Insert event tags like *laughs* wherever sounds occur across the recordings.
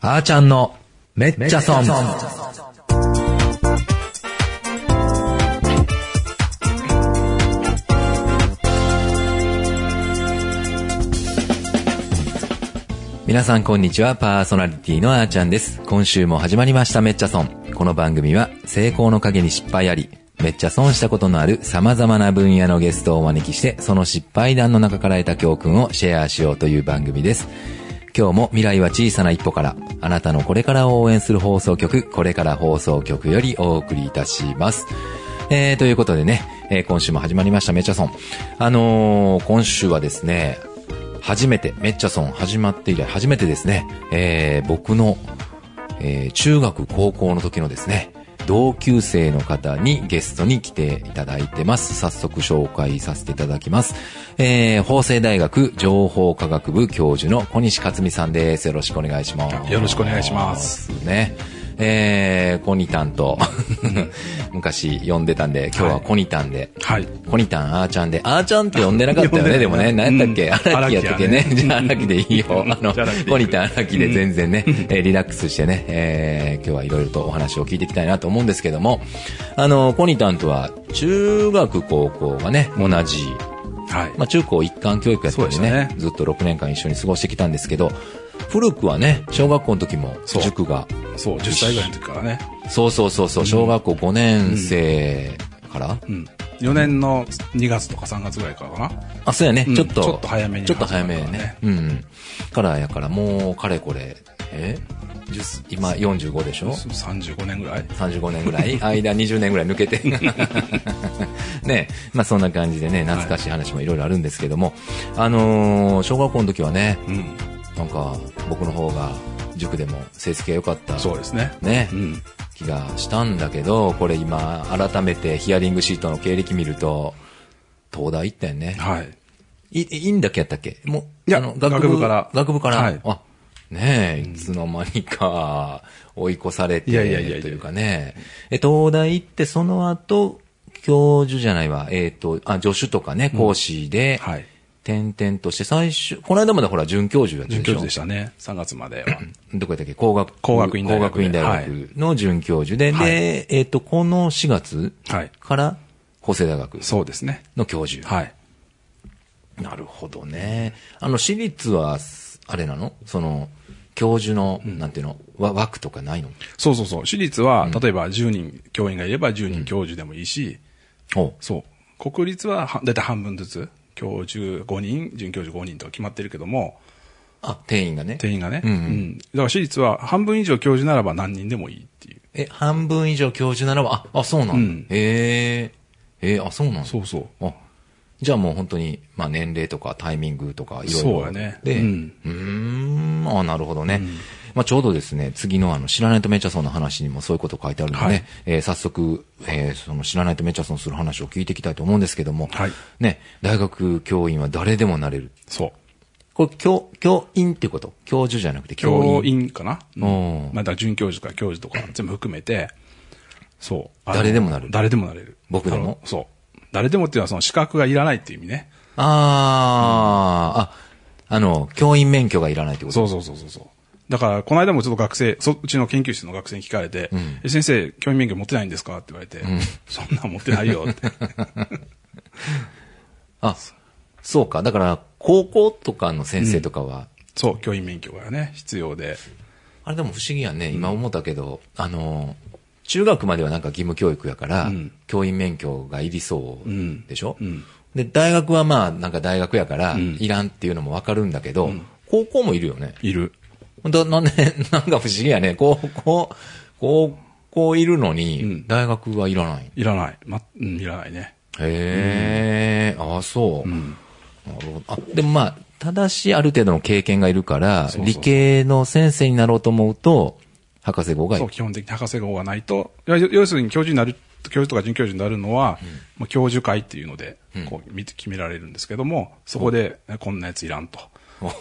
あーちゃんのめっちゃ損。皆さんこんにちは、パーソナリティのあーちゃんです。今週も始まりましためっちゃ損。この番組は成功の陰に失敗あり、めっちゃ損したことのある様々な分野のゲストをお招きして、その失敗談の中から得た教訓をシェアしようという番組です。今日も未来は小さな一歩から、あなたのこれからを応援する放送局、これから放送局よりお送りいたします。えー、ということでね、えー今週も始まりましためっちゃ損。あのー、今週はですね、初めて、めっちゃ損始まって以来初めてですね、えー、僕の、えー、中学高校の時のですね、同級生の方にゲストに来ていただいてます。早速紹介させていただきます。えー、法政大学情報科学部教授の小西克美さんです。よろしくお願いします。よろしくお願いします。ね。えー、コニタンと、 *laughs* 昔呼んでたんで、今日はコニタンで、はい。コニタン、あーちゃんで、あーちゃんって呼んでなかったよ呼んでなね、いでもね。何やったっけうん荒木やったっけね。荒木やねじゃあ荒木でいいよ。あのじゃあ荒木、でコニタン荒木で全然ね、えーリラックスしてね、えー今日はいろいろとお話を聞いていきたいなと思うんですけども、あの、コニタンとは、中学、高校がね、同じ、はい。まあ中高一貫教育やったんでそうでねしたねずっと6年間一緒に過ごしてきたんですけど、古くはね、小学校の時もそう塾がそう、10歳ぐらいの時からね。そうそうそうそう、小学校5年生から、うん。4年の2月とか3月ぐらいからかな。あ、そうやね、うんちょっと。ちょっと早めにちょっと早めやね。始うんうん。からやから、もう、かれこれ、え10今45でしょ35年ぐらい ?35 年ぐら *laughs* い間20年ぐらい抜けて。ねまあそんな感じでね、懐かしい話もいろいろあるんですけども、あのー小学校の時はね、うん。なんか、僕の方が、塾でも成績が良かった。そうですね。ね、うん。気がしたんだけど、これ今、改めてヒアリングシートの経歴見ると、東大行ったよね。はい。い、いいんだっけやったっけもう、いやあの学部から学部から。はいあ、ねえ、いつの間にか、追い越されて、いやいやいやいやというかね。え、東大行って、その後、教授じゃないわ、えっ、と、あ、助手とかね、講師で、はい。転々として、最初、この間までほら、准教授やって准る教でし授ょでしたね。3月までは。 *clears throat* どこやったっけ工学、工学院大学で工学院大学の准教授で、はいで、えっ、と、この4月はい。から、法政大学そうですね。の教授。はい。なるほどね。あの、私立は、すあれなのその、教授の、なんていうの、わ枠とかないのそうそうそう。私立は、例えば10人教員がいれば10人教授でもいいし、おそう。国立ははだいたい半分ずつ。教授5人、准教授5人とか決まってるけども、あ、定員がね。定員がね。うんうんうん。だから私立は半分以上教授ならば何人でもいいっていう。え、半分以上教授ならば、あ、あ、そうなんだ。うんへえ。えあ、そうなんだ。そうそう。あ、じゃあもう本当に、まあ年齢とかタイミングとかいろいろ。そうやねで、ううんん、ーん、あなるほどね。まあちょうどですね、次のあの、知らないとめちゃそうの話にもそういうこと書いてあるのでね、はいえー早速、えーその知らないとめちゃそうする話を聞いていきたいと思うんですけども、はいね、大学教員は誰でもなれる。そう。これ、教、教員っていうこと教授じゃなくて教員。教員かな、うんおーまあ、だから准教授とか教授とか全部含めて、そう。あの誰でもなれる誰でもなれる。僕でもあのそう。誰でもっていうのはその資格がいらないっていう意味ね。あー、あ、あの、教員免許がいらないってことそうそうそうそうそう。だから、この間もちょっと学生、そうちの研究室の学生に聞かれて、え先生、教員免許持ってないんですかって言われて、 *laughs* そんなん持ってないよって。あ、そうか。だから、高校とかの先生とかは、そう、教員免許がね、必要で。あれでも不思議やね。今思ったけど、あの、中学まではなんか義務教育やから、うん教員免許がいりそううんでしょ、うんで、大学はまあ、なんか大学やから、んいらんっていうのもわかるんだけど、高校もいるよね。いる。ほんとなんで、 *laughs* なんか不思議やね。高校、高校いるのに、ん大学はいらない。へいらない。ま、うん、いらないね。え、ああ、そう。うん。なるほど。あ、でもまあ、ただしある程度の経験がいるから、そうそう理系の先生になろうと思うと、博士号がいそるう、。基本的に博士号がないと、いや要要するに教授になる、教授とか准教授になるのは、まあ教授会っていうので、こう、み決められるんですけども、そこで、こんなやついらんと。 *laughs* 落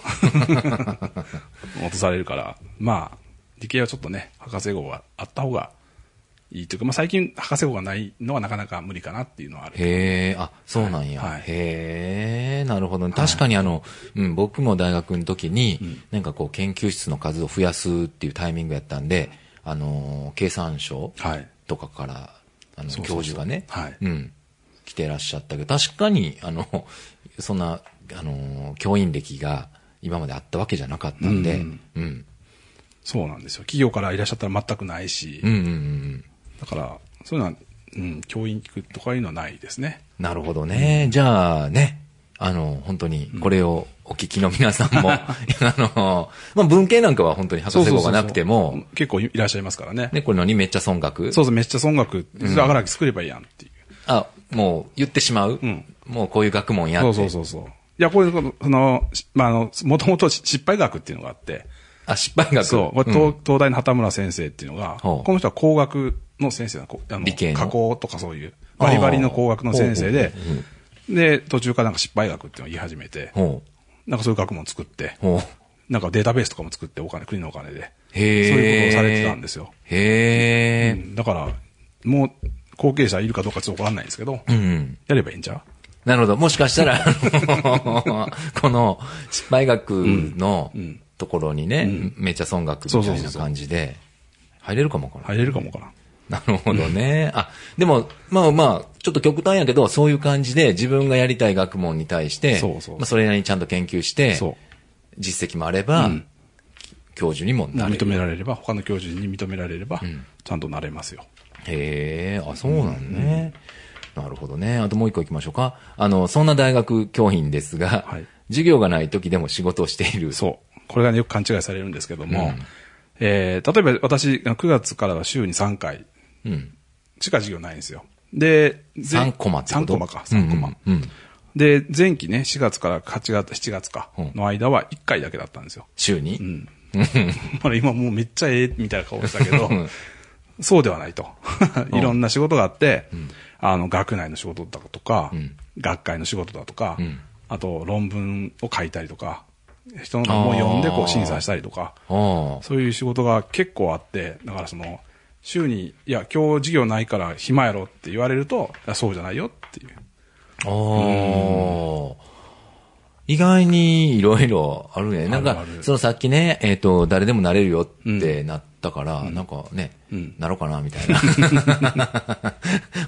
とされるから、まあ、理系はちょっとね、博士号があった方がいいというか、まあ、最近博士号がないのはなかなか無理かなっていうのはある。へえ、あ、そうなんや。はいへえ、なるほどね。確かにあの、うん、僕も大学の時に、なんかこう、研究室の数を増やすっていうタイミングやったんで、あのー、経産省はい。とかから、あの、そうそうそう教授がね、はいうん、来てらっしゃったけど、確かに、あの、そんな、あのー、教員歴が今まであったわけじゃなかったんで、ううんん、うん、そうなんですよ。企業からいらっしゃったら全くないし、うん、うんうん。だから、そういうのは、うん、教員とかいうのはないですね。なるほどね。じゃあね、あの、本当にこれをお聞きの皆さ *laughs* んも、あの、まあ、文系なんかは本当に博士号がなくてそうそうもそう、結構いらっしゃいますからね。ね、これ何めっちゃ損額そうそう、めっちゃ損額、それ上がらき作ればいいやんっていう。あ、もう言ってしまう、うんもうこういう学問やって。そうそうそうそう。いや、これ、この、その、しまあ、あの、もともと失敗学っていうのがあって、あ、失敗学。そう、これん東東大の畑村先生っていうのが、ほうこの人は工学の先生なのこうあの理系の加工とかそういう、バリバリの工学の先生ほでうほうほう、で、途中からなんか失敗学っていうのを言い始めて、ほなんかそういう学問作ってう。、ほう。なんかデータベースとかも作って、お金、国のお金で。へえ。そういうことをされてたんですよ。へえ。だから、もう、後継者いるかどうかちょっとわかんないんですけど、うん。やればいいんちゃなるほど。もしかした *laughs* ら、あのこの失敗学のんところにね、めっちゃ損額みたいな感じで、入れるかもかうな。入れるかもかな。なるほどね。あ、でも、まあまあ、ちょっと極端やけど、そういう感じで自分がやりたい学問に対して、そうそうまあ、それなりにちゃんと研究してそう、実績もあれば、うん教授にもなれ認る。められれば、他の教授に認められれば、ちゃんとなれますよ。へえ、あ、そうなんね。なるほどね。あともう一個行きましょうか。あの、そんな大学教員ですが、はい授業がない時でも仕事をしている。そう。これがね、よく勘違いされるんですけども、うんえー例えば私、あの9月からは週に3回う。うん。しか授業ないんですよ。で、ぜ3コマってこ3とコマか、3コうマ。んうんうんで、前期ね、4月から8月、7月か、の間は1回だけだったんですよ。週に、うん。 *laughs* ほら、今もうめっちゃええ、みたいな顔したけど、そうではないと。いろんな仕事があって、あの、学内の仕事だとか、学会の仕事だとか、んあと、論文を書いたりとか、人の本を読んで、こあーう、審査したりとか、ああ。そういう仕事が結構あって、だからその、週に、いや、今日授業ないから暇やろって言われると、いやそうじゃないよっていう。ああ、意外にいろいろあるね。なんあるかあ、るそのさっきね、えっ、と、誰でもなれるよってなったから、なんかね、うんなろうかな、みたいな。 *laughs*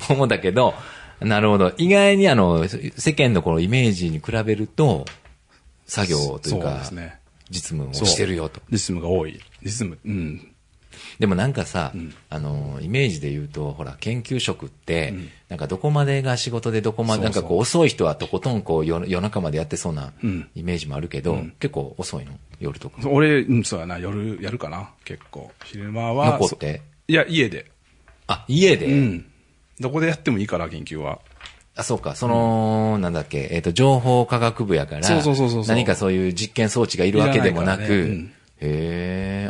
思ったけど、なるほど。意外にあの、世間のこのイメージに比べると、作業というそうか、ですね。実務をそうしてるよと。。実務が多い。実務、うん。でもなんかさ、あの、イメージで言うと、ほら、研究職って、なんかどこまでが仕事でどこまで、そうそうなんかこう遅い人はとことんこう夜夜中までやってそうなうんイメージもあるけど、結構遅いの夜とか。俺、うん、そうやな、夜やるかな、結構。昼間は。残ってそいや、家で。あ、家で、うん。どこでやってもいいから、研究は。あ、そうか、その、なんだっけ、えっ、と、情報科学部やから、そうそうそうそうそう何かそういう実験装置がいるわけでもなく、いらないからねうんへ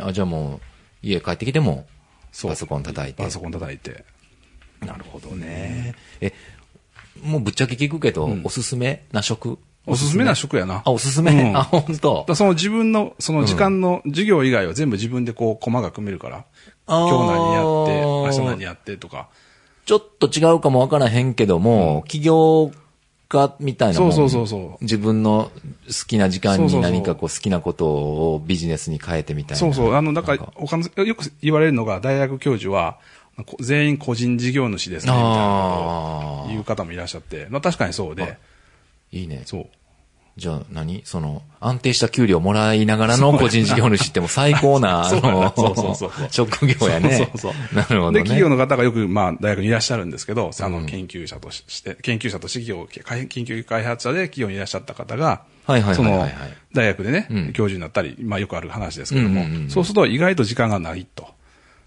え、あ、じゃあもう、家帰ってきても、そうパソコン叩いてパ。ソコン叩いて。なるほどね。え、もうぶっちゃけ聞くけど、おすすめな食おすすめな職やな。あ、おすすめ、うんあ、本当だからその自分の、その時間の授業以外は全部自分でこう、駒が組めるから。あー今日何やって、明日何やってとか。ちょっと違うかもわからへんけども、起業家みたいなもんそうそうそうそう自分の好きな時間そうそにうそう何かこう好きなことをビジネスに変えてみたいな。そうそう。あの、ななんかんか、他の、よく言われるのが、大学教授は、こ全員個人事業主ですね、みたいなことあをあ言う方もいらっしゃって。まあ確かにそうで。いいね。そう。じゃあ何その、安定した給料もらいながらの個人事業主ってもう最高な、 *laughs* そうあのそうそうそうそう *laughs* 職業やね。そうそうそうなるほどね。で、企業の方がよく、まあ、大学にいらっしゃるんですけど、あの、研究者としして、研究者として企業、開研究開発者で企業にいらっしゃった方が、はいはいはいはいそのはい、大学でね、うん教授になったり、まあ、よくある話ですけども、うんうんうんそうすると意外と時間がないと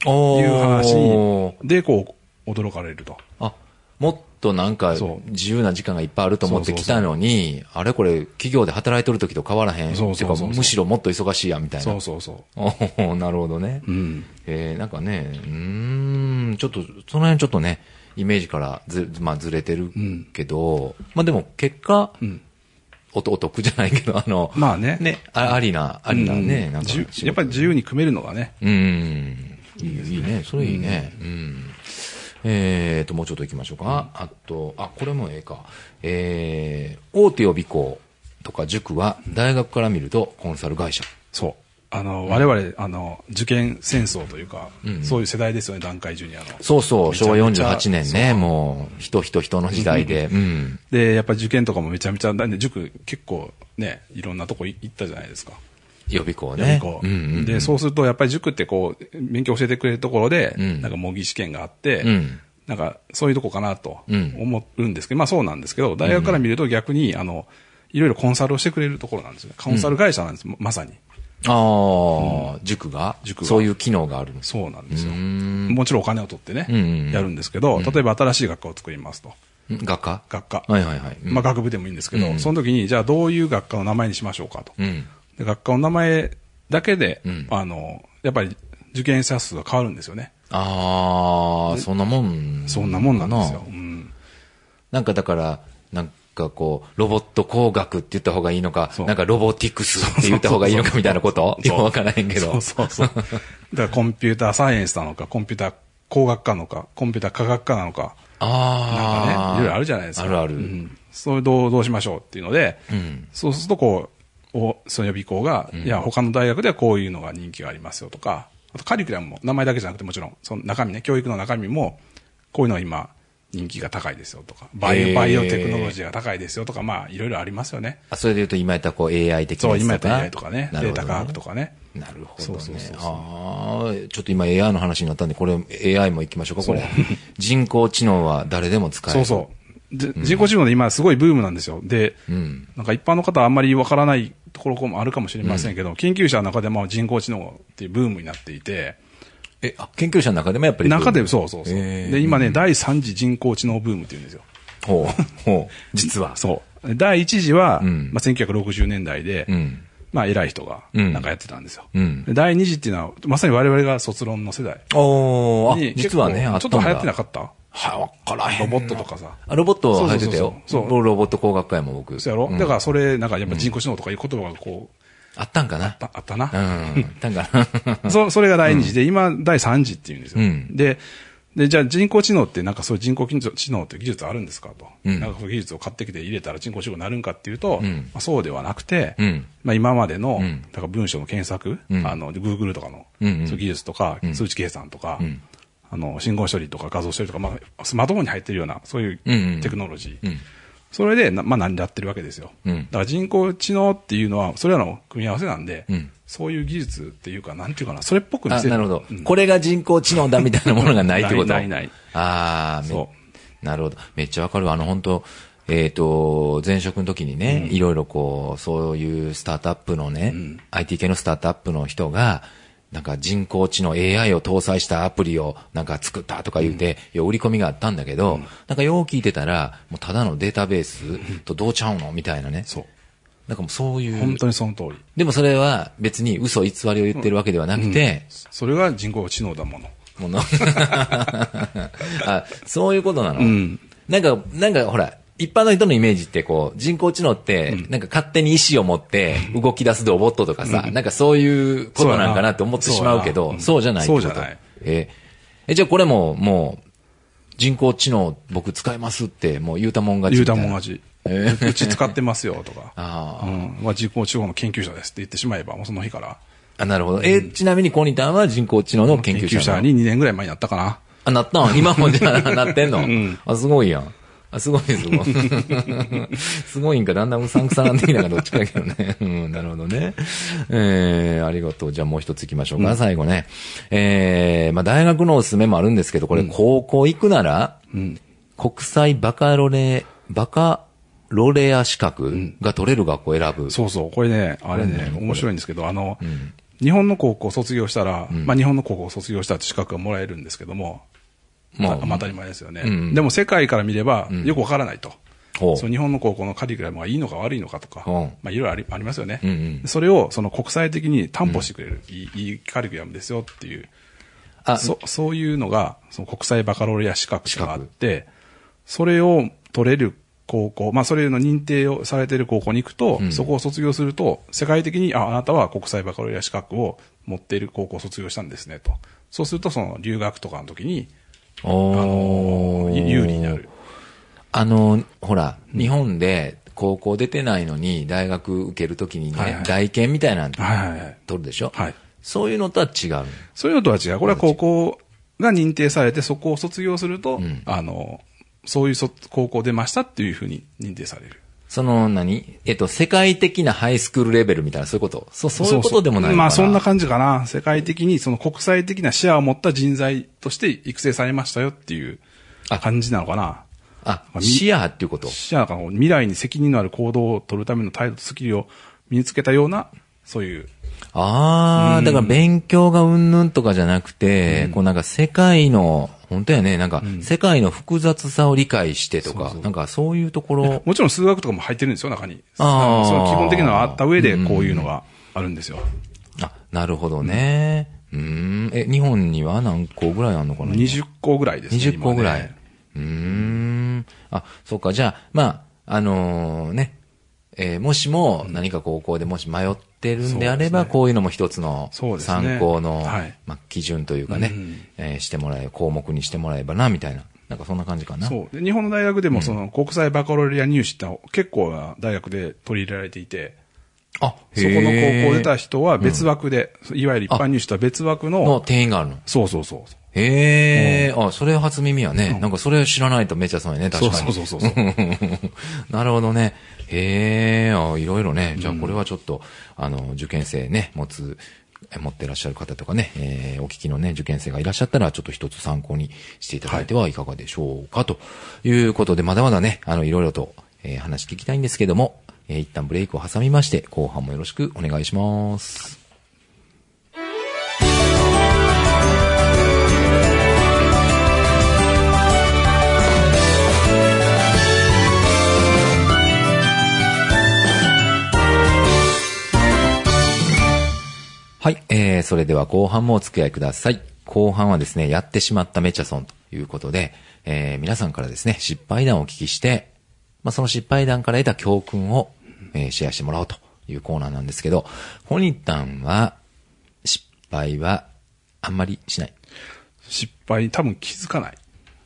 おーいう話で、こう、驚かれると。あ、もっとなんかそう自由な時間がいっぱいあると思ってきたのに、あれこれ企業で働いとる時と変わらへん。そうそうそうそうてかむしろもっと忙しいやんみたいな。そうそうそ *laughs* おーなるほどね。う。うん。えー、なんかね、うーん、ちょっと、その辺ちょっとね、イメージからず、まあずれてるけど、まあでも結果、んおとお得じゃないけど、あの、まあねね、あありな、ありなね、うんなんか自由やっぱり自由に組めるのがね、うん。いいよいいね。それいいね。うん。えーと、もうちょっと行きましょうか。あと、あ、これもええか。えー、大手予備校とか塾は大学から見るとコンサル会社。そう。あの、我々、あの、受験戦争というか、うんそういう世代ですよね、団塊ジュニアの。そうそう、めち昭ゃ和めちゃ48年ね、もう、人人人の時代で。うん。で、やっぱり受験とかもめちゃめちゃ、だんで塾結構ね、いろんなとこい行ったじゃないですか。予備校予備ね。校うんうんうんで、そうするとやっぱり塾ってこう、勉強教えてくれるところで、うんなんか模擬試験があって、うんなんかそういうとこかなとうん思うんですけど、まあそうなんですけど、大学から見ると逆に、あの、いろいろコンサルをしてくれるところなんですよね。コンサル会社なんです、まさに。ああ、塾が塾がそういう機能があるんです。そうなんですよ。んもちろんお金を取ってね、うんうんうんやるんですけど、例えば新しい学科を作りますと。ん学科学科。はいはいはい。うんまあ学部でもいいんですけど、うんその時に、じゃあどういう学科の名前にしましょうかと。うん。で学科の名前だけで、うんあの、やっぱり受験者数が変わるんですよね。ああ、そんなもん。そんなもんなんですよ。かうんなんかだから、なんかこう、ロボット工学って言った方がいいのか、そうなんかロボティクスって言った方がいいのかみたいなことそようくわからへんけそどう。 *laughs* そうそう。だからコンピューターサイエンスなのか、コンピューター工学科なのか、コンピューター科学科なのか、なんああ。かね、いろいろあるじゃないですか。あるある。うんそれどう、どうしましょうっていうので、うんそうするとこう、おその予備校が、いや、他の大学ではこういうのが人気がありますよとか、あとカリキュラムも、名前だけじゃなくてもちろん、その中身ね、教育の中身も、こういうのが今、人気が高いですよとか、バイへーオバイオテクノロジーが高いですよとか、まあ、いろいろありますよね。あそれで言うと今やったらこう AI 的なそう、やつ今やった AI とかね、デなるーほどタね科学とかね。なるほどそうそうねそう。ああ、ちょっと今 AI の話になったんで、これ AI も行きましょうか、これ。人工知能は誰でも使えそる。うそう。で人工知能で今すごいブームなんですよ。で、んなんか一般の方はあんまりわからないところもあるかもしれませんけど、研究者の中でも人工知能っていうブームになっていて、え、あ研究者の中でもやっぱり。中で、そうそうそう。へーで、今ね、第3次人工知能ブームっていうんですよ。ほう、ほう、実は。そう。第1次は、うんまあ、1960年代で、うん。まあ、偉い人が、うんなんかやってたんですよ。うんで第2次っていうのは、まさに我々が卒論の世代おー、あに、、実はね、結構あちょたっんとだ流行ってなかったはい、わからへロん。ボットとかさ。あロボット入ってたよ。そうそうそうそう僕ロボット工学会も僕。そうやろ、んだからそれ、なんかやっぱ人工知能とかいう言葉がこう、あったんかなああったな。うん。あったんかな *laughs* そそれが第2次で、今、第3次っていうんですよ、うんで、で、じゃあ人工知能って、なんかそういう人工知能知能って技術あるんですかと。うんなんかそういう技術を買ってきて入れたら人工知能になるんかっていうと、うんまあ、そうではなくて、うんまあ今までの、うんだから文章の検索、うんあの、Google とかの、うんうんそういう技術とか、うん数値計算とか、うんあの、信号処理とか画像処理とか、まあ、スマートフォンに入ってるような、そういんうんうテクノロジー。うん。それでな、まあ、成り立ってるわけですよ。うんだから人工知能っていうのは、それらの組み合わせなんで、うんそういう技術っていうか、なんていうかな、それっぽく見あ、せる。なるほどう。んこれが人工知能だみたいなものがないってこと *laughs* ないないないああ、めそなるほど。めっちゃわかるわ。あの、本当えっ、と、前職の時にね、いろいろこう、そういうスタートアップのね、IT 系のスタートアップの人が、なんか人工知能 AI を搭載したアプリをなんか作ったとか言うて、いや売り込みがあったんだけど、なんかよう聞いてたら、もうただのデータベースとどうちゃうのみたいなね。そう。なんかもうそうい本う。当にその通り。でもそれは別に嘘偽りを言ってるわけではなくて、それが人工知能だもの。もの。 *laughs* あ、そういうことなの、んなんか、なんかほら、一般の人のイメージってこう、人工知能って、なんか勝手に意思を持って動き出すロボットとかさ、なんかそういうことなんかなって思ってしまうけど、そそううじゃやなないうってこんとそうじゃないえーえ、じゃあこれも、もう、人工知能僕使いますって、もう言うたもん勝ち言うみたいたな。もん勝ち。えうち使ってますよとか。 *laughs* あうーん。まあ、人工知能の研究者ですって言ってしまえば、もうその日から。あ、なるほど。えーちなみにコニタンは人工知能の研研究究者な者のに2年ぐらい前になったかな。あ、なった *laughs* ん今もじゃあなってんの、あ、すごいやん。あ、すごいすごい。 *laughs* すごいんか、だんだんうさんくさなんでいいながどっちかだけどね。 *laughs* うん、なるほどね。えー、ありがとう。じゃあもう一つ行きましょうか、最後ね。えー、まあ大学のおすすめもあるんですけど、これ高校行くなら、国際バカロレ、バカロレア資格が取れる学校を選ぶ。そうそう、これね、あれね、面白いんですけど、あの、日本の高校を卒業したら、まあ日本の高校を卒業したって資格がもらえるんですけども、ままああ、まあ当たり前ですよね。うんでも世界から見れば、よくわからないと。ほうその日本の高校のカリキュラムがいいのか悪いのかとか、うんまあいろいろありありますよね、うんうんそれをその国際的に担保してくれる、いいいいカリキュラムですよっていう、あ、そそういうのがその国際バカロレア資格があって、それを取れる高校、まあ、それの認定をされている高校に行くと、そこを卒業すると、世界的に、あ、あなたは国際バカロレア資格を持っている高校を卒業したんですね、と。そうすると、その、留学とかの時に、おーあのー有利になる。あの、ほら、日本で高校出てないのに大学受けるときにね、はいはい外見みたいなのはいはいはい。取るでしょ、はいそういうのとは違う。そういうのとは違う。これは高校が認定されて、そこを卒業すると、あの、そういうそ高校出ましたっていうふうに認定される。その何えっと、世界的なハイスクールレベルみたいな、そういうことそそういうことでもないのかなまあそんな感じかな。世界的にその国際的な視野を持った人材として育成されましたよっていうあ感じなのかな。あ、視野っていうこと視野の中の未来に責任のある行動を取るための態度とスキルを身につけたような、そういう。ああ、だから勉強がうんぬんとかじゃなくて、こうなんか世界の、本当やね、なんか世界の複雑さを理解してとか、なんかそういうところ、もちろん数学とかも入ってるんですよ、中に。あーその基本的なのがあった上で、こういうのがあるんですよ。あ、なるほどね。うーん、え、日本には何校ぐらいあるのかな20校ぐらいですね。 20今個ねぐらい。うーん。あ、そうか。じゃあ、まあ、あのーね、えーもしも何か高校でもし迷ってるんであれば、こういうのも一つのそうですね参考の、はいまあ、基準というかね、えーしてもらえ、項目にしてもらえばな、みたいな。なんかそんな感じかな。そう。で日本の大学でも、その、国際バカロレア入試ってのは結構な大学で取り入れられていて、あ、そこの高校へー出た人は別枠で、いわゆる一般入試とは別枠のの、定員があるの。そうそうそう。へえ、あ、それ初耳やね。なんかそれ知らないとめっちゃそうやね、確そかうに。そうそうそうそう。 *laughs* なるほどね。へえ、あいろいろね。じゃあこれはちょっと、あの、受験生ね、持つ、え持ってらっしゃる方とかね、えーお聞きのね、受験生がいらっしゃったら、ちょっと一つ参考にしていただいてはいかがでしょうか、ということで、まだまだね、あの、いろいろと、えー話聞きたいんですけども、えー一旦ブレイクを挟みまして、後半もよろしくお願いします。はい、えー、それでは後半もお付き合いください。後半はですね、やってしまったメチャソンということで、えー、皆さんからですね、失敗談をお聞きして、まあ、その失敗談から得た教訓を、えーシェアしてもらおうというコーナーなんですけど、ホニタンは、失敗は、あんまりしない。失敗に多分気づかない。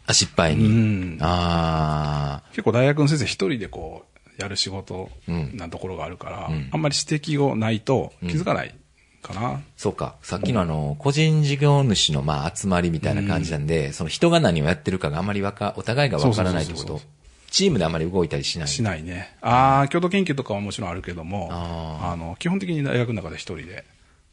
あ、失敗に。あ結構大学の先生一人でこう、やる仕事なところがあるから、あんまり指摘をないと気づかないかな。ー、そうか。さっきのあの、個人事業主の、まあ、集まりみたいな感じなんで、その人が何をやってるかがあんまりわか、お互いがわからないってこそうそうとそうそ。チームであんまり動いたりしない。しないね。ああ、共同研究とかはもちろんあるけども、ああの、基本的に大学の中で一人で、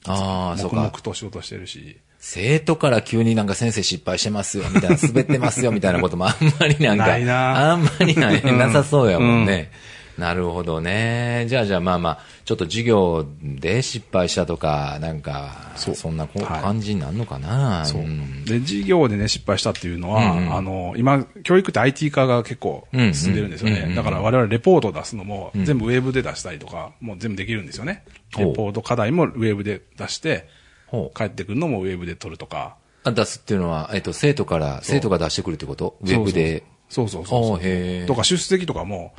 ああ、そう黙々か。と仕事してるし、生徒から急になんか先生失敗してますよ、み *laughs* たいな、滑ってますよ、みたいなこともあんまりなんか、ないなあんまりない、 *laughs* なさそうやもんね。なるほどね。じゃあじゃあまあまあ、ちょっと授業で失敗したとか、なんか、そうそんなこはい感じになるのかな。そううんで、事業でね、失敗したっていうのは、あの、今、教育って IT 化が結構進んでるんですよね。だから我々レポートを出すのも、全部ウェブで出したりとか、もう全部できるんですよね。ほうレポート課題もウェブで出してほ、う帰ってくるのもウェブで取るとか。あ出すっていうのは、えっと、生徒から、生徒が出してくるってことウェブで。そうそうそうおそうーへとーか出席とかも、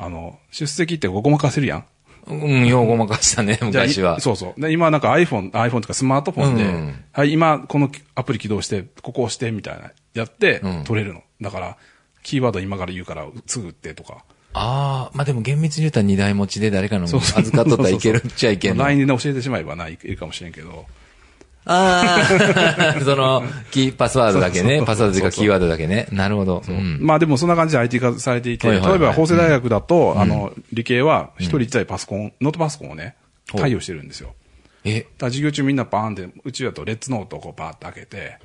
あの、出席ってごまかせるやん。うん、ようごまかしたね、じゃあい昔は。そうそう。で、今なんか iPhone、iPhone とかスマートフォンで、うんうんはい、今このアプリ起動して、ここ押してみたいな、やって、ん取れるの。だから、キーワード今から言うから、すぐ打ってとか。ああ、まあでも厳密に言うたら二台持ちで誰かの預かっとったらいけるっちゃいけんのない。LINE で教えてしまえばない、いけるかもしれんけど。あ *laughs* あ、その、キー、パスワードだけそね。うそうそうパスワードというかキーワードだけね。なるほど。うんまあでもそんな感じで IT 化されていて、はいはいはい例えば法政大学だと、あの、理系は一人一台パソコン、ノートパソコンをね、ほう対応してるんですよ。え、だから授業中みんなバーンって、うちだとレッツノートをこうバーって開けて、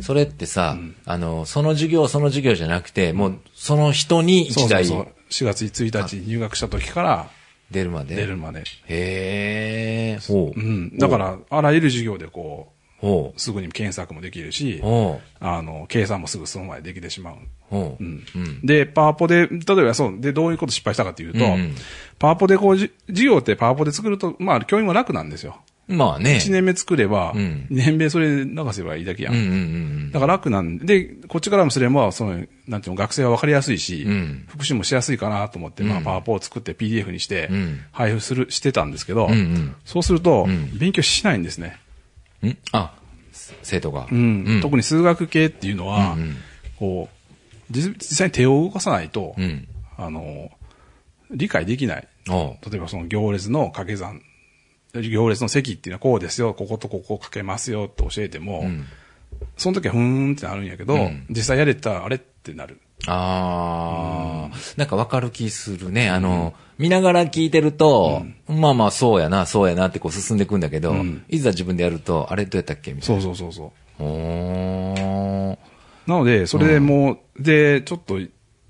それってさ、あの、その授業、その授業じゃなくて、もう、その人に一そうそう台そう。4月1日に入学した時から出るまで。出るまで。へえ、ほう。うん。だから、あらゆる授業でこほう、すぐに検索もできるしう。、ほあの、計算もすぐその前でできてしまう。う。ほう。で、パワポで、例えばそう、で、どういうこと失敗したかというと、うんうんパワポでこう、じ授業ってパワポで作ると、まあ、教員も楽なんですよ。まあね。 1年目作れば、うん2年目それ流せばいいだけやうんん。うんうんだから楽なんで、でこっちからもすれば、その、なんていうの、学生は分かりやすいし、うん復習もしやすいかなと思って、まあ、パワーポを作って PDF にしてうん、配布する、してたんですけど、うんうんそうすると、勉強しないんですね。うん。んあ、生徒が。うんうん特に数学系っていうのは、うんうんこう、実実際に手を動かさないと、うん。あの、理解できない。おう。例えばその行列の掛け算、行列の積っていうのはこうですよ、こことここをかけますよって教えても、うん。その時はふーんってなるんやけど、うん実際やれたらあれってなる。ああ、なんかわかる気するね。あの、見ながら聞いてると、まあまあそうやな、そうやなってこう進んでいくんだけど、うんいざ自分でやると、あれどうやったっけみたいそな。うそうそうそう。おーなので、それでもう、で、ちょっと、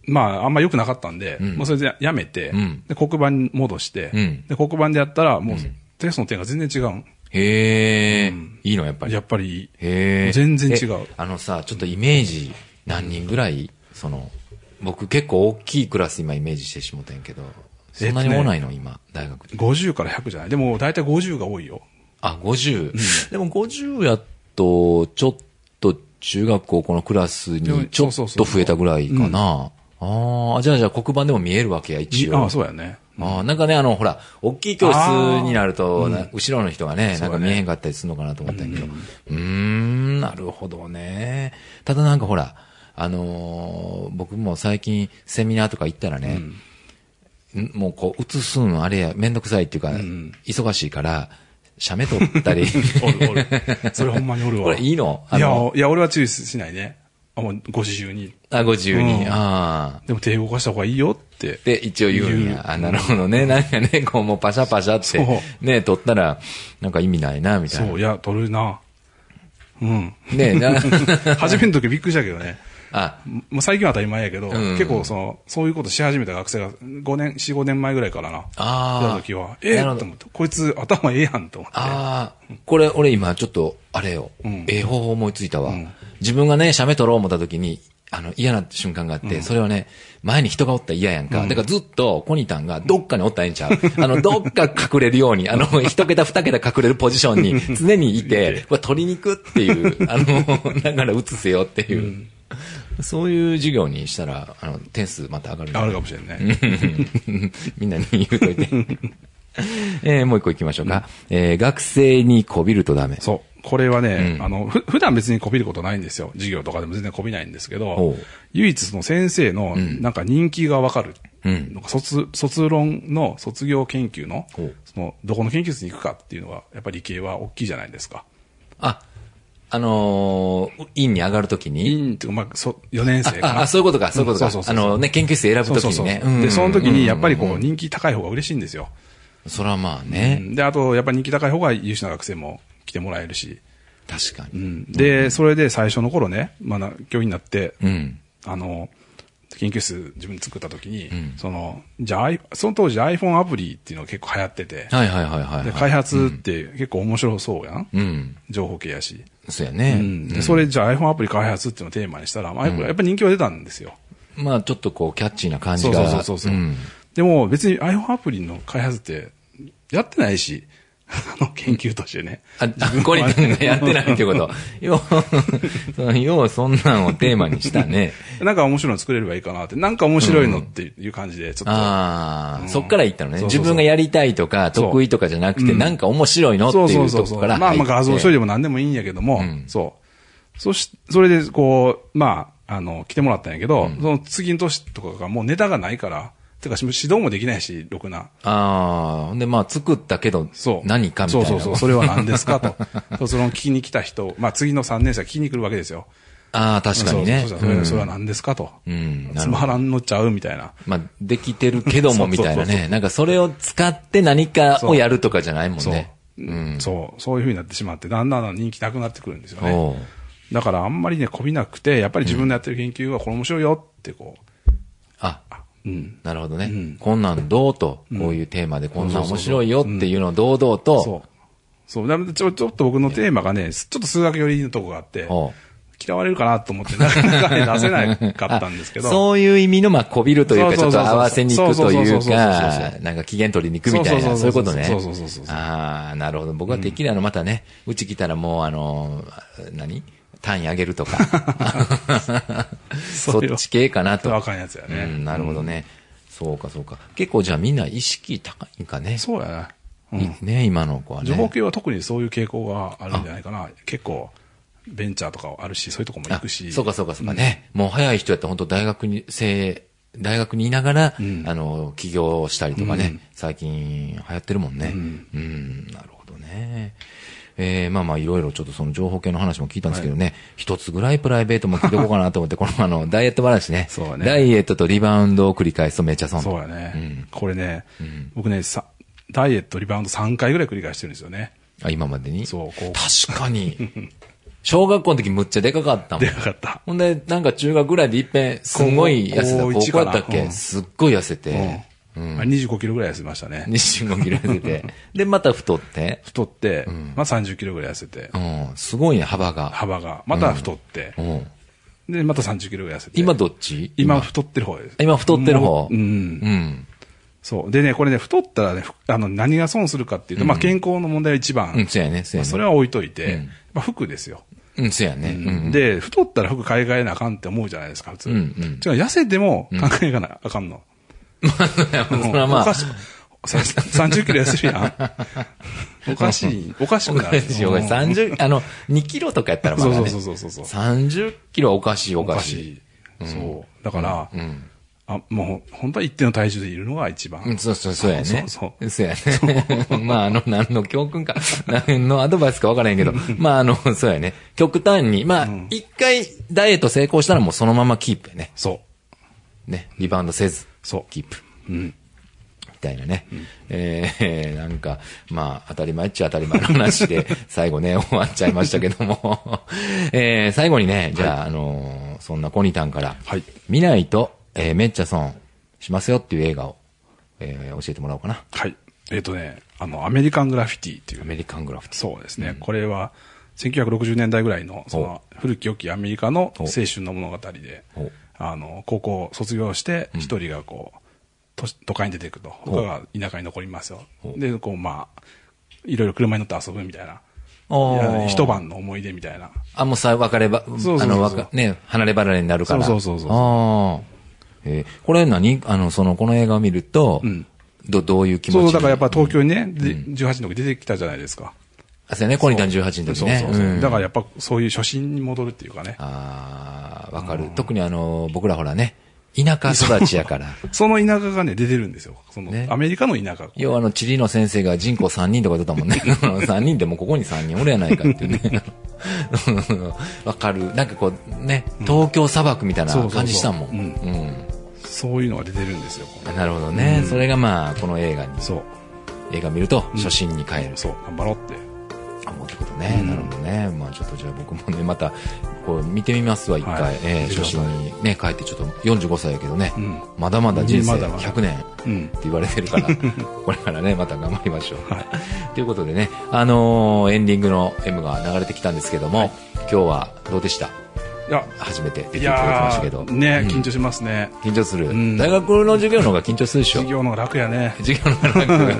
まあ、あんま良くなかったんで、んもうそれでやめて、うんで、黒板に戻して、うんで、黒板でやったら、もう、テストの点が全然違うん。へえ、いいのやっぱり。やっぱり、へえ。全然違うえあのさ、ちょっとイメージ、何人ぐらいその、僕結構大きいクラス今イメージしてしもたんやけど、そんなに多ないの、今、大学で。 50から100じゃない。でも、大体50が多いよ。あ、50。でも50やと、ちょっと中学校このクラスにちょっそうそとうそう増えたぐらいかな。ああ、じゃあじゃあ黒板でも見えるわけや、一応。ああ、そうやね。ああなんかね、あの、ほら、大きい教室になると、な後ろの人がね、なんか見えへんかったりするのかなと思ったんやけど。うーん、なるほどね。ただなんかほら、あのー僕も最近セミナーとか行ったらね、んもうこう、映すのあれや、めんどくさいっていうか、忙しいから、写メ撮った *laughs* り。お *laughs* るおる。それほんまにおるわ。これいいのあいやの、いや、俺は注意しないね。あ、もう、ご自由に。あ、ご自由に。うんああ。でも手動かした方がいいよって。で、一応言うん言うや。あ、なるほどね。なんかね、こう、もうパシャパシャっそうて、ね、撮ったら、なんか意味ないな、みたいなそ。う、いや、取るな。うん。ねえ、 *laughs* な、初めの時びっくりしたけどね。あ、もう最近は当たり前やけど、ん結構その、そういうことし始めた学生が5年、4、5年前ぐらいからな。あーやった時は、ええなるほどと思って、こいつ頭ええやんと思って。ああ、これ、俺今ちょっと、あれよ、んええ方法思いついたわ。自分がね、写メ撮ろう思った時に、あの、嫌な瞬間があって、それはね、前に人がおったら嫌やんか。だからずっと、コニタンがどっかにおったらええんちゃう。あの、どっか隠れるように、あの、一桁二桁隠れるポジションに常にいて、これ撮りに行くっていう、あの、だから映せよっていう。そういう授業にしたら、あの、点数また上がるんじゃないあるかもしれんね。 *laughs* みんなに言うといて。えーもう一個行きましょうか。えー学生にこびるとダメ。そう。これはね、うんあの、ふ、普段別にこびることないんですよ。授業とかでも全然こびないんですけおどう、唯一その先生の、なんか人気がわかる。うんなんか卒、卒論の卒業研究のおう、その、どこの研究室に行くかっていうのは、やっぱり理系は大きいじゃないですか。あ、あのー院に上がるときに。院っていうか、まあ、そ、4年生かあな。あ、そういうことか、そういうことうかんそう。あそうそうそうのね、研究室選ぶそうときそうにそね。う。うんで、その時に、やっぱりこう、人気高い方が嬉しいんですよ。そらまあね、で、あと、やっぱり人気高い方が優秀な学生も来てもらえるし。確かうに。んで、それで最初の頃ね、まあな、教員になって、うん。あの、研究室自分で作った時に、その、じゃあ、I- その当時 iPhone アプリっていうのが結構流行ってて、はいはいはいはい、では開い。発って結構面白そうやん。うん。情報系やし。そうやね。うんでそれじゃあ iPhone アプリ開発っていうのをテーマにしたら、まあ、やっぱり人気は出たんですよ。まあちょっとこう、キャッチーな感じそうが。そうそうそうそう、んでも別に iPhone アプリの開発ってやってないし、 *laughs* あの研究としてね。あ、コリタンがやってないって *laughs* こと。よう、そのようそんなんをテーマにしたね。なんか面白いの作れればいいかなって、なんか面白いのっていう感じで、ちょっと。ああ、うんそっから行ったのねそうそうそう自分がやりたいとか、そう得意とかじゃなくて、うんなんか面白いのってそういそううそとうそこう。からまあ入って。まあ画像処理でも何でもいいんやけども、んそう。そし、それでこう、まあ、あの、来てもらったんやけど、その次の年とかがもうネタがないから、てか指導もできないし、ろくな。ああ、ほんでまあ作ったけどそう。、何かみたいな。そうそうそう。それは何ですかと。 *laughs* 卒論聞きに来た人、まあ次の3年生は聞きに来るわけですよ。ああ、確かにね。そうそうそううんそれは何ですかと。うんなつるほまらんのちゃうみたいな。まあ、できてるけどもみたいなそうそうね。なんかそれを使って何かをやるとかじゃないもんそう。ね。うんそう。そういう風になってしまって、だんだんだんだん人気なくなってくるんですよおねう。だからあんまりね、こびなくて、やっぱり自分のやってる研究はこれ面白いよってこあ、う。うん。なるほどうねん。こんなんどうと、こういうテーマでこんなん面白いよっていうのを堂々と、そう。そう。だからちょ、ちょっと僕のテーマがね、すちょっと数学寄りのとこがあって、おう嫌われるかなと思って、なかなかね出せなかったんですけど。そういう意味の、まあ、こびるというか、ちょそっうそうそうそとう合わせに行くといそううそうそうそうか、なんか機嫌取りに行くみたいな、そうそいうそうそうこうそうとね。そうそうそうそうそうああ、なるほど。僕は敵なの、またね、うち来たらもう、あの、何単位上げるとか。そ *laughs* それはっち系かなと。わかんやつやねうん、なるほどね。そうか、そうか。結構じゃあみんな意識高いんかね。そうやね。うん。ね、今の子はね。情報系は特にそういう傾向があるんじゃないかな。結構、ベンチャーとかあるし、そういうとこも行あくし。そうかそうかそうかね。もう早い人やったら本当大学に、せい大学にいながら、あの、起業したりとかね、最近流行ってるもんね。うん、なるほどね。えー、まあまあいろいろちょっとその情報系の話も聞いたんですけどね、一つぐらいプライベートも聞いておこうかなと *laughs* 思って、このあの、ダイエット話ね。そうねダイエットとリバウンドを繰り返すとめっちゃ損。そうやね。これね、僕ね、さダイエット、リバウンド3回ぐらい繰り返してるんですよね。あ、今までにそうこ確かに。小学校の時むっちゃでかかったもんで。かかった。ほんで、なんか中学ぐらいでいっぺん、すごい痩せた。高高校一校やったっかなけうんすっごい痩せて、うん。あれ25キロぐらい痩せましたね。 25キロ痩せて、で、また太って、太って、まあ30キロぐらい痩せてう、ん、すごいね、幅が。幅が。また太ってう、ん、で、また30キロぐらい痩せて。今どっち今太ってる方です。今太ってる方もううん。うん。そう。でね、これね、太ったらね、ふあの、何が損するかっていうと、まあ、健康の問題が一番。うん、そうやね、そうまあやそね。れは置いといて、まあ、服ですよ。うん、そうやね。うん。で、太ったら服買い替えなあかんって思うじゃないですか、普通。んうじゃあ、痩せても考えがなあかんの。それはまおかあ、し30キロ痩せるや *laughs* ん。おかしい。おかしおくなかる。しい、おかしい。うん30、あの、2キロとかやったらまだね。そうそうそうそうそう30キロはおかしい、おおかかしい。しい。そう。だから、あ、もう、本当は一定の体重でいるのが一番。うん、そうそう、そうやね。。そうそうそうやね。 *laughs* まあ、あの、何の教訓か、何のアドバイスか分から *laughs* へんけど、まあ、あの、そうやね。極端に、まあ、一、回ダイエット成功したらもうそのままキープやね。そう。ね。リバウンドせず、そうキープ。みたいなね。えー、 *laughs* なんか、まあ、当たり前っちゃ当たり前の話 *laughs* で、最後ね、終わっちゃいましたけども。 *laughs* えー、最後にね、じゃあ、あのーそんなコニタンから、はい見ないと、えー、めっちゃ損しますよっていう映画を、えー、教えてもらおうかな。はい。えっ、とね、あの、アメリカングラフィティっていアう。メリカングラフィティ。そうですね。これは、1960年代ぐらいの、その、古き良きアメリカの青春の物語でほう、あの、高校を卒業して、一人がこう、都市都会に出ていくと。他が田舎に残りますよ。で、こう、まあ、いろいろ車に乗って遊ぶみたいな。おーいや一晩の思い出みたいな。あ、もうさ、別れば、そうそうそうあの、わかね、離れ離れになるから。そうそうそうそうああ。えーこれ何あの、その、この映画を見ると、うんど、どういう気持ちそう、にだからやっぱ東京にね、で18の時出てきたじゃないですか。あ、そうやね、コニタン18の時ね。そうそうそううんだからやっぱそういう初心に戻るっていうかね。ああ、わかる。特にあの、僕らほらね、田舎育ちやから。その田舎がね、出てるんですよ。そのね、アメリカの田舎。要はあの、地理の先生が人口3人とか出たもんね。3人 *laughs* でもここに3人おるやないかっていうね。 *laughs* わかる。なんかこう、ね、東京砂漠みたいなそうそうそう感じしたもん。うんうんそういうのが出てるんですよ。あなるほどね。それがまあ、この映画に、そう。映画見ると初心に帰る。そう、頑張ろうって。思うってことね。なるほどね。まあちょっとじゃあ僕もね、また、こう見てみますわ、一は回い。えー見てく初ださい心にね、帰ってちょっと45歳やけどねん。まだまだ人生まだまだ100年。うんっ。て言われてる *laughs* から、これからね、また頑張りましょう。ということでね、あのーエンディングの M が流れてきたんですけども、今日はどうでしたいや、初めて出ていいただきましやたけど。ーね、うん緊張しますね。緊張する、ん大学の授業の方が緊張するでしょ授。業の方が楽 *laughs* やね。授業の方が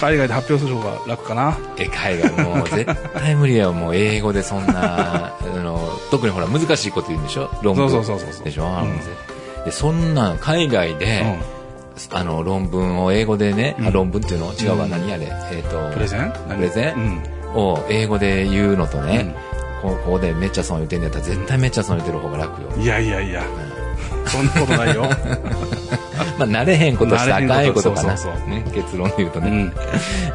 海外で発表する方が楽かな。え、海外もう絶対無理やよ、もう英語でそんな、あの、特にほら難しいこと言うんでしょ論文。そうそうそうそうでしょあのうんぜで、そんなん海外で、あの、論文を英語でね、あ論文っていうの違うわ、何やれ。えっ、と、プレゼンプレゼン、うん。を英語で言うのとね、こここでめっちゃ損言ってんのやったら絶対めっちゃ損言ってる方が楽よ。いやいやいや。そんなことな *laughs* いよ。まあ、慣れへんことしたらあかんいうことかな。慣れへんことそうそうそうね、結論で言うとうね。ん。うん、ね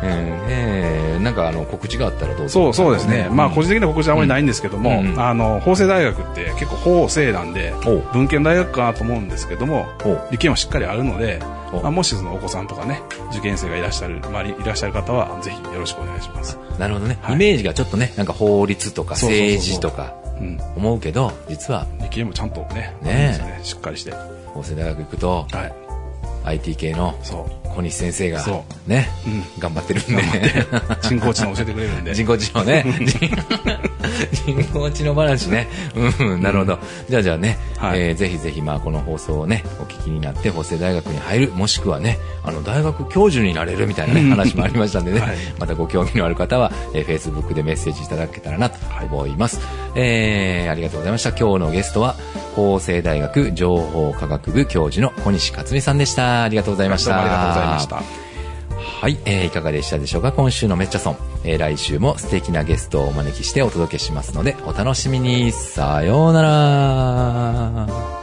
えなんかあの、告知があったらどうぞ。そう、そうですね。まあ、個人人的な告知はあまりないんですけどもうんう、んあの、法政大学って結構法政なんでおう、文献大学かなと思うんですけどもおう、理系もしっかりあるので、おうまあもしそのお子さんとかね、受験生がいらっしゃる、周りいらっしゃる方は、ぜひよろしくお願いします。なるほどね、はいイメージがちょっとね、なんか法律とかそうそうそうそう政治とかうん。思うけど、実は理系もちゃんとね、ねえあるんですよねしっかりして。は法政大学行くと、い。 IT 系のそう小西先生がそね、う頑張ってるんで *laughs* 人工知能教えてくれるんで人工知能ね人人工知能話ね、うんうん、なるほど、じゃあじゃあね、はいえーぜひぜひまあこの放送をねお聞きになって法政大学に入るもしくはねあの大学教授になれるみたいな、ね、話もありましたんでね、はいまたご興味のある方は、えー、Facebook でメッセージいただけたらなと思います、えーありがとうございました今日のゲストは法政大学情報科学部教授の小西克美さんでしたありがとうございましたどうもありがとうございましたはい、えーいかがでしたでしょうか今週のめっちゃ損、えー来週も素敵なゲストをお招きしてお届けしますので、お楽しみに。さようなら。